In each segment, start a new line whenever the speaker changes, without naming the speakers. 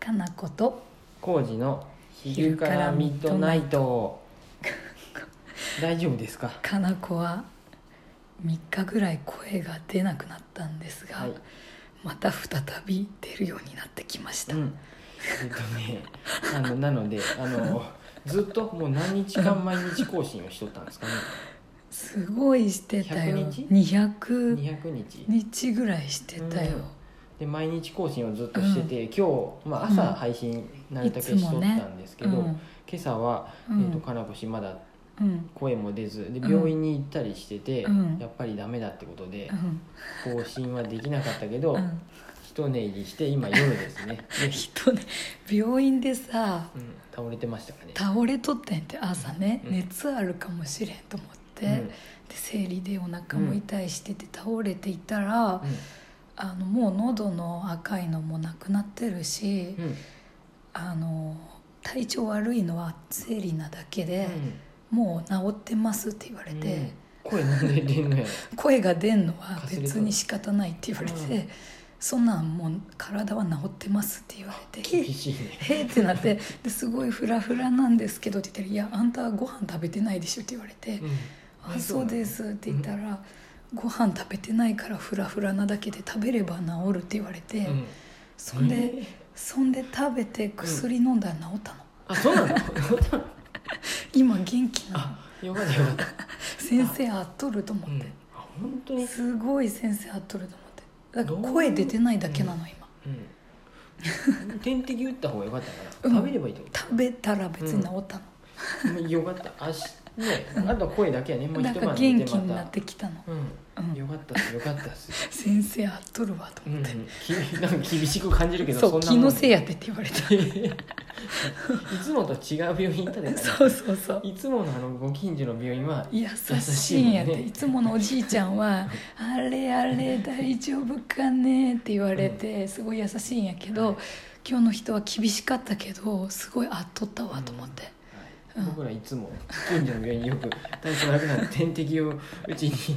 かなこと
工事の昼からミッドナイト大丈夫ですか
かなこは3日ぐらい声が出なくなったんですが、
はい
また再び出るようになってきました、
うんえっとねあのなのであのずっともう何日間毎日更新をしとったんですかね
すごいしてたよ
100日
200
200日
日ぐらいしてたよ、
で毎日更新をずっとしてて、今日、まあ、朝
うん
配信なるだけしとったんですけど、
うん
今朝は、
う
えっと
ん
かなこ氏まだ
うん
声も出ずで
うん
病院に行ったりしてて、
うん
やっぱりダメだってことで
う、ん
更新はできなかったけど、
うん
一寝入りして今夜で すねで
人ね病院でさ
うん、倒れてましたかね
倒れとったんやって朝ね、
うん
熱あるかもしれんと思って、
うん
で生理でお腹も痛いしてて倒れていたら、あのもう喉の赤いのもなくなってるし、
うんうん
あの体調悪いのは生理なだけで、もう治ってますって言われ
うん
て、
声なんで出んのや
声が出んのは
かすれとる
別に仕方ないって言われて、
うん
そんなんもう体は治ってますって言われて。
厳しいね
えーってなってですごいフラフラなんですけどって言ったら「いやあんたはご飯食べてないでしょ」って言われて「あそうです」って言ったら「ご飯食べてないからフラフラなだけで食べれば治る」って言われて、
うん
そんでそんで食べて薬飲んだら治ったの、
あそうなの
今元気なの
あよかったよかった、
先生合っとると思
う
っ
ん
て、、
あ本当に、うん、
すごい先生合っとると思ってだか
どう
ら声出てないだけなの今、
点滴打った方がよかったか
うん
な食べればいいと思
食べたら別に治ったの、
う、よかったあしねあとは声だけやねもう一
だ
晩
から
寝
元気になってきたの
うん、よかったっすよかったっす、
先生合っとるわと
うん
思っ
うん
て、、
きなんか厳しく感じるけど
そう
そ
気
んなも
の
ん
せ いやってって言われた
いつもと違う病院行ったでか ら
そうそうそう
いつものあのご近所の病院は
優しいんやって
優しいもんね
いつものおじいちゃんは「あれあれ大丈夫かね」って言われてすごい優しいんやけど、
はい
今日の人は厳しかったけどすごいあっとったわと思って、
はい僕らいつも近所の病院によく体調悪くなって点滴を打ちに行 っ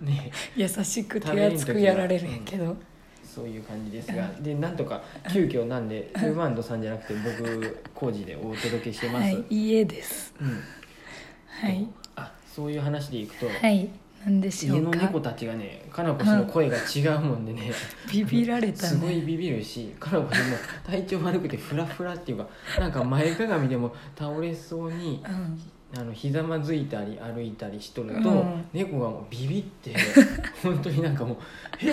て、ね、
優しく手厚くやられるんやけど、
そういう感じですがでなんとか急遽なんでフーバンドさんじゃなくて僕工事でお届けしてます、
はい家です
うん、
はい
あそういう話でいくと、
はい何でしょ
家
う
の
か
猫たちがねかなこ氏の声が違うもんでね、
ビビられた
すごい
ね
ビビるしかなこ氏も体調悪くてフラフラっていうかなんか前かがみでも倒れそうに
うん
あのひざまずいたり歩いたりしとると、
うん
猫がもうビビって 本当になんかもう「え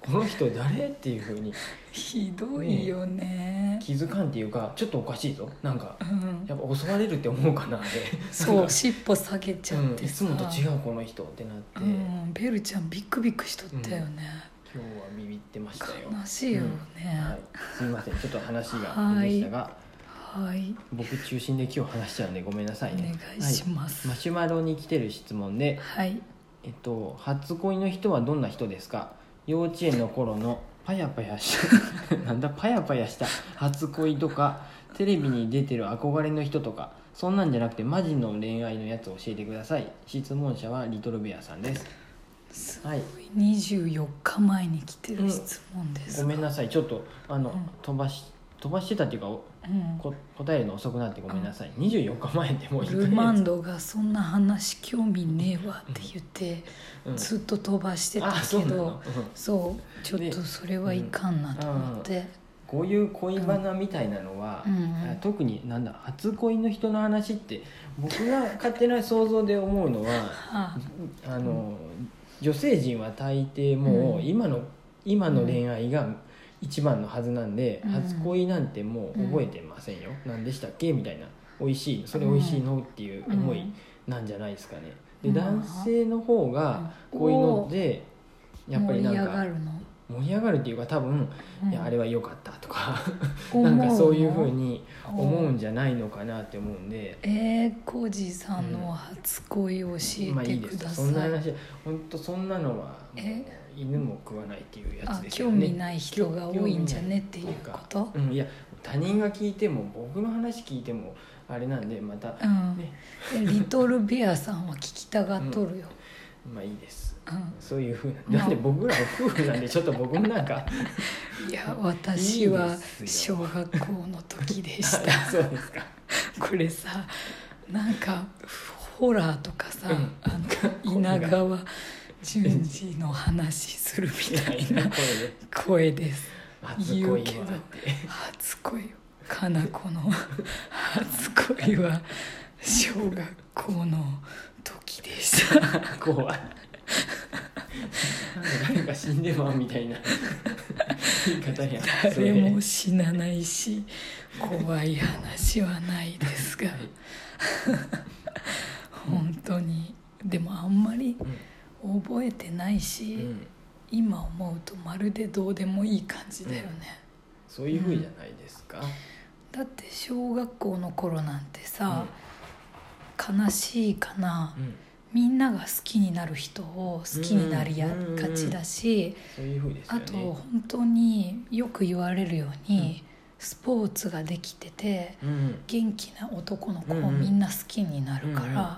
この人誰?」っていうふうに
ひどいよね
気づかんっていうかちょっとおかしいぞなんか
うん
やっぱ襲われるって思うかなで
そ
なん
う
か
尻尾下げちゃ
う
っ
ん、
て
いつ
さ、
もと違うこの人ってなって、
う
今
ん、ベルちゃんビクビクしとったよね、
日はビビってましたよ、
悲しいよ
は
ね
い、すいませんちょっと話がでしたが、
はい、
僕中心で今日話しちゃうんでごめんなさいね
お願いします
はい、マシュマロに来てる質問で
はい
えっと、初恋の人はどんな人ですか幼稚園の頃のパヤパヤした なんだパヤパヤした初恋とかテレビに出てる憧れの人とかそんなんじゃなくてマジの恋愛のやつ教えてください質問者はリトルベアさんです
す
はい
24日前に来てる質問です、
ごめんなさいちょっとあの、
うん
飛ばし飛ばしてたっていうかお
うん
こ答えるの遅くなってごめんなさい24日前でもう一
ルマンドが「そんな話興味ねえわ」って言って
うん
ずっと飛ばしてた
あそう
け
な
ど
の、
そうちょっとそれはいかんなと思って
こういう恋バナみたいなのは、
うんうんうん
特になんだ初恋の人の話って僕が勝手な想像で思う のは
は
あの女性陣は大抵も
う
うん今の今の恋愛が一番のはずなんで、
うん
初恋なんてもう覚えてませんよ、何でしたっけみたいな美味しいそれ美味しいのっていう思いなんじゃないですかね。
うん
で男性の方が
うん
こういうのでやっぱ
盛
り
り
なん
上が
か
るの、
盛り上がるっていうか多分、
うん
いやあれは良かったとかなんかそういうふうに
思
思
う
う
の
んじゃないのかなって思うんで、
えー、コージーさんの初恋を教
まあ
え
い
て
いで
く
す
だ
よ
さ
そ
い、
んな話本当そんなのはもう
え
犬も食わないっていうや
あ
つです
興
よね
味ない人が多いんじゃねっていうこと
うんいや他人が聞いても僕の話聞いてもあれなんでまた、
うん
ね
リトルベアさんは聞きたがっとるよ、
まあいいですそういうふう
まあ
ななんで僕らは夫婦なんでちょっと僕もなんか
いや私はい
いです
小
よ
学校の時で した
そうですか
これさなんかホラーとかさ、
うん
あの稲川淳二の話するみたい
みたいな
な
声で
声です
「初恋は」って
言う初恋よかなこの初恋は小学校の時でした
怖い誰か死んでまうみたいな言い方やそれ
誰
で
も死なないし怖い話はないですが本当にでもあんまり覚えてないし、
うんうん
今思うとまるでどうでもいい感じだよね、
そういうふうじゃないですか、
だって小学校の頃なんてさ、
う
悲しいかな、
んうん
みんなが好きになる人を好きになりやがちだし、
そういうふうですよ
あ
ね
と本当によく言われるように、スポーツができてて
うん
元気な男の子
うん
を
うん
みんな好きになるから、
うんうん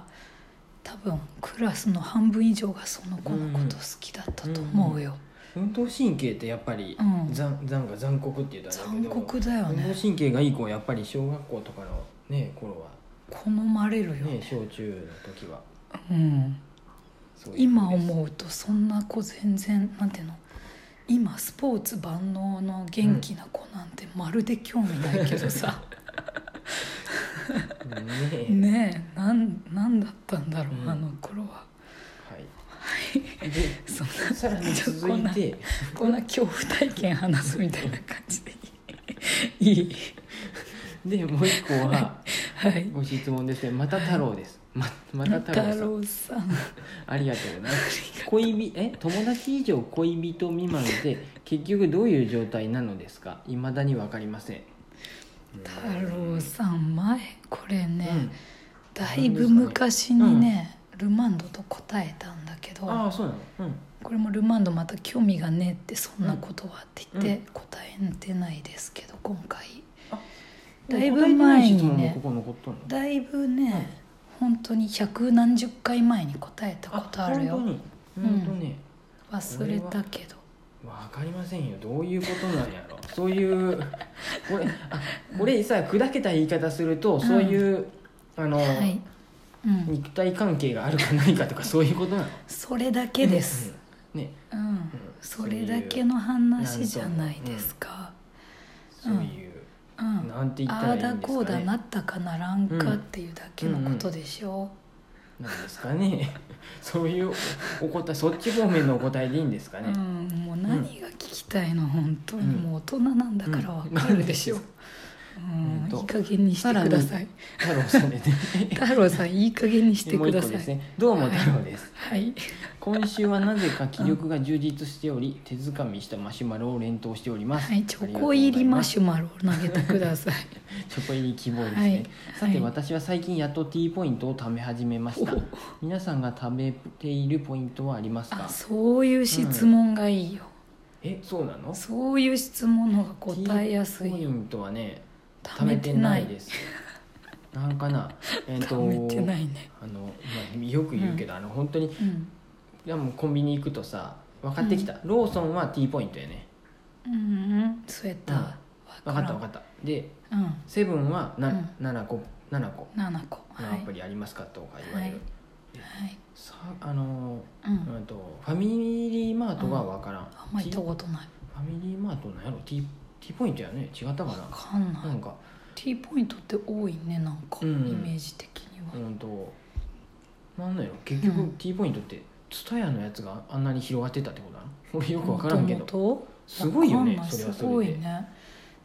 多分クラスの半分以上がその子のこと好きだったと思うよ、
運動神経ってやっぱり、
うん
残残が残酷って言ったらあれだけど
残酷だよね
運動神経がいい子はやっぱり小学校とかのね頃は
好まれるよね
ね小中の時は
うん
そういう
今
子です
思うとそんな子全然なんていうの今スポーツ万能の元気な子なんてまるで興味ないけどさ、
ね
ねえなんなんだったんだろう、
うん
あの頃は
はいで
そん
さらに続いて
なこんな恐怖体験話すみたいな感じでい いいい
でもう一個は
はい
ご質問ですねまた太郎ですままた太郎さ
太
ん
郎さん
ありがとうございます恋人え友達以上恋人未満で 結局どういう状態なのですかいまだに分かりません
太郎さん前これね、
うん
だいぶ昔にね、ルマンドと答えたんだけど
ああそうなのうん
これもルマンドまた興味がねえってそんなことはって言って答えてないですけど今回
あ
だいぶ前に
答えてない質問もこ
ね
こ残っとんの
だいぶね本当に百何十回前に答えたことあるよ
本当に本当ね、
忘れたけど
わかりませんよどういうことなんやろそういうこれあこれさ砕けた言い方すると、
ん
そういうあの、
はい、うん、
肉体関係があるかないかとかそういうことなの
それだけです、
うんね
うんそれだけの話じゃないですか
そういう、
うん、
なんて言った
あ
ら
あ
いい
だ
んです
こ
か
うだ
ね
なったかならんかっていうだけのことでしょ、
なんですかね そういうおお答えそっち方面のお答えでいいんですかね、
うん、もう何が聞きたいの、本当に
うん
もう大人なんだからわかるでしょ、う
うん
ん
本当
いい加減にしてください
太郎さんでね
太郎さんいい加減にして
も
く
う
だ
一個
さ
です
い、
ねどうも太郎です
はい
今週はなぜか気力が充実しており、手づかみしたマシュマロを連投しております、
はいチョコ入りマシ
ュ
ュマロを投げてください
チョコ入り希望ですね、
はい
さて、
はい
私は最近やっと T ポイントを貯め始めました
お
皆さんが貯めているポイントはあります
あ
か
そういう質問がいいよ、
えそうなの
そういう質問の方が答えやす
T ポ
い
イ
よ
ントはね
貯
貯
め
め
て
て
な
ないいですなん かなえっ、と
貯めてないね
あの、まあ、よく言うけど、あの本当に
うん、
でもコンビニ行くとさ分かってきた、ローソンは T ポイントやね
うんうん、そうやった、
うん
わ
分かった
らん
分かったで
うん
セブンはな、
うん
7個7個
7個
の
は
ア
い
プリありますかとか言われる、
はいはい
さあの
うん、
ー、うんとファミリーマートは分からん、
あんまり
T-
行ったこと
フ
ない
ァミリーマートなんやろ T, T ポイントやね違ったか
わ
な
かんない、
なんか
T ポイントって多いねなんか、
うん
イメージ的には、
うんとなんなんやろ結局
うん
T ポイントって蔦屋のやつがあんなに広がってたってことなの 俺よく分からんけど
ど
すごいよねそれは
す
それ
ごい
で
ね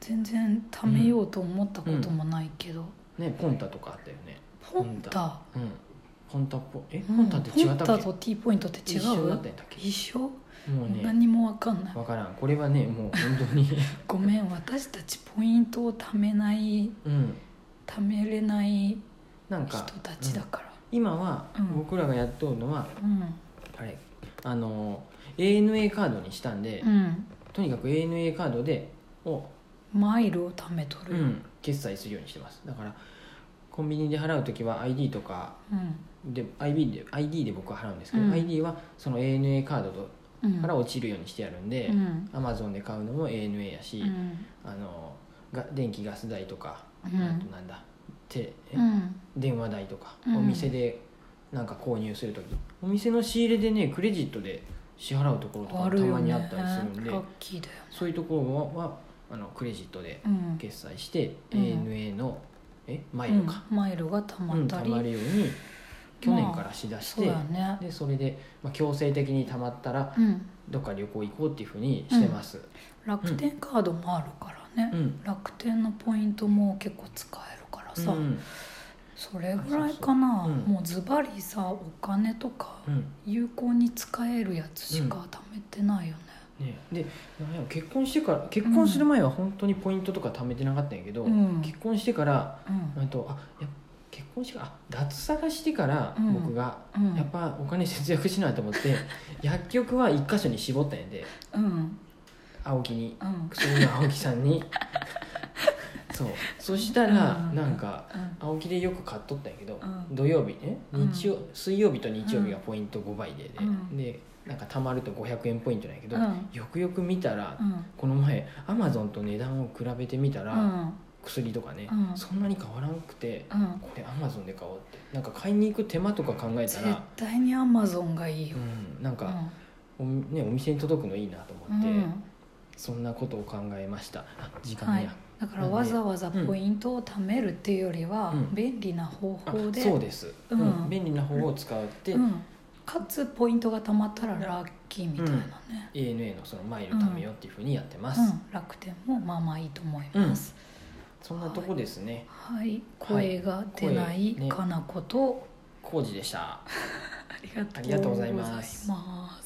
全然貯めようと思ったこともないけど、
ねポンタとかあったよね
ポンタ、
うんポンタっぽえ
うん
ポンタって違った
ポンタ
っけ、
と T ポイントって違う
一緒だったんだっけ
一緒
もうね
何もわかんない
分からんこれはねもう本当に
ごめん私たちポイントを貯めない
うん
貯めれない
なん
人
か
たちだ
うん
から
今は
うん
僕らがやっとるのは、
うん
あれあの ANA カードにしたんで、
うん、
とにかく ANA カードでを、
マイルを貯めとる
うん決済するようにしてますだからコンビニで払う時は ID とか
うん
で IB で ID で僕は払うんですけど、
うん
ID はその ANA カードと
うん
から落ちるようにしてあるんで、
うん
Amazon で買うのも ANA やし、
うん
あのが電気ガス代とか、
うん
あとなんだて、え
うん
電話代とか、
うん
お店でなんか購入する時お店の仕入れでねクレジットで支払うところとか
あ
た
るよ
まに
ね
あったりするんで、
ラッキーだよ、
そういうところははあのクレジットで
うん、
決済して、
うん
ANA のえマイルか、
うんマイルがた
う
ま
ん
った
た
り、
まるように去年からしだし
そう
て、
やね
でそれで、まあ、強制的にたまったら
うん
どっか旅行行こうっていうふうにしてます、
楽天カードもあるからね、
うん
楽天のポイントも結構使えるからさ、
うん
それぐらいかな
あそうそううん
もうズバリさお金とか
うん
有効に使えるやつしか貯めてないよね、
ね、でなんやろ結婚してから結婚する前は本当にポイントとか貯めてなかったんやけど、
うん
結婚してから
うん
あとあやっぱ結婚してからあ脱サラしてから
うん
僕が、
うん
やっぱお金節約しないと思 って、薬局は一箇所に絞ったんやで
うん
青木に
うん
薬の青木さんにそうそしたら
うん
なんか
うん
青木でよく買っとったんやけど、
うん
土曜日ね
うん
日曜、水曜日と日曜日がポイント5倍でで,、
うん
でなんか貯まると500円ポイントなんやけど、
うん
よくよく見たら、
うん
この前アマゾンと値段を比べてみたら、
うん
薬とかね、
うん
そんなに変わらんくて、
うん
これアマゾンで買おうってなんか買いに行く手間とか考えた
絶
ら、
対にアマゾンがいいうよ、
ん、なん
う
か
ん
お,、ね、お店に届くのいいなと
う
思って、
ん、
そんなことを考えましたあ時間
は
ね
い、だからわざわざポイントを貯めるっていうよりは、
うん
便利な方
あ
法で
そうです、
うん
うん便利な方を使って、
うん、かつポイントがたまったらラッキーみたいなね、
ANA のそのマイル貯めようっていうふうにやってます、
うん楽天もまあまあいいと思います、
そんなとこですね
はい声が出ない
声ね
かなこと、
工事でした
ありが
ありがとうございます
ございます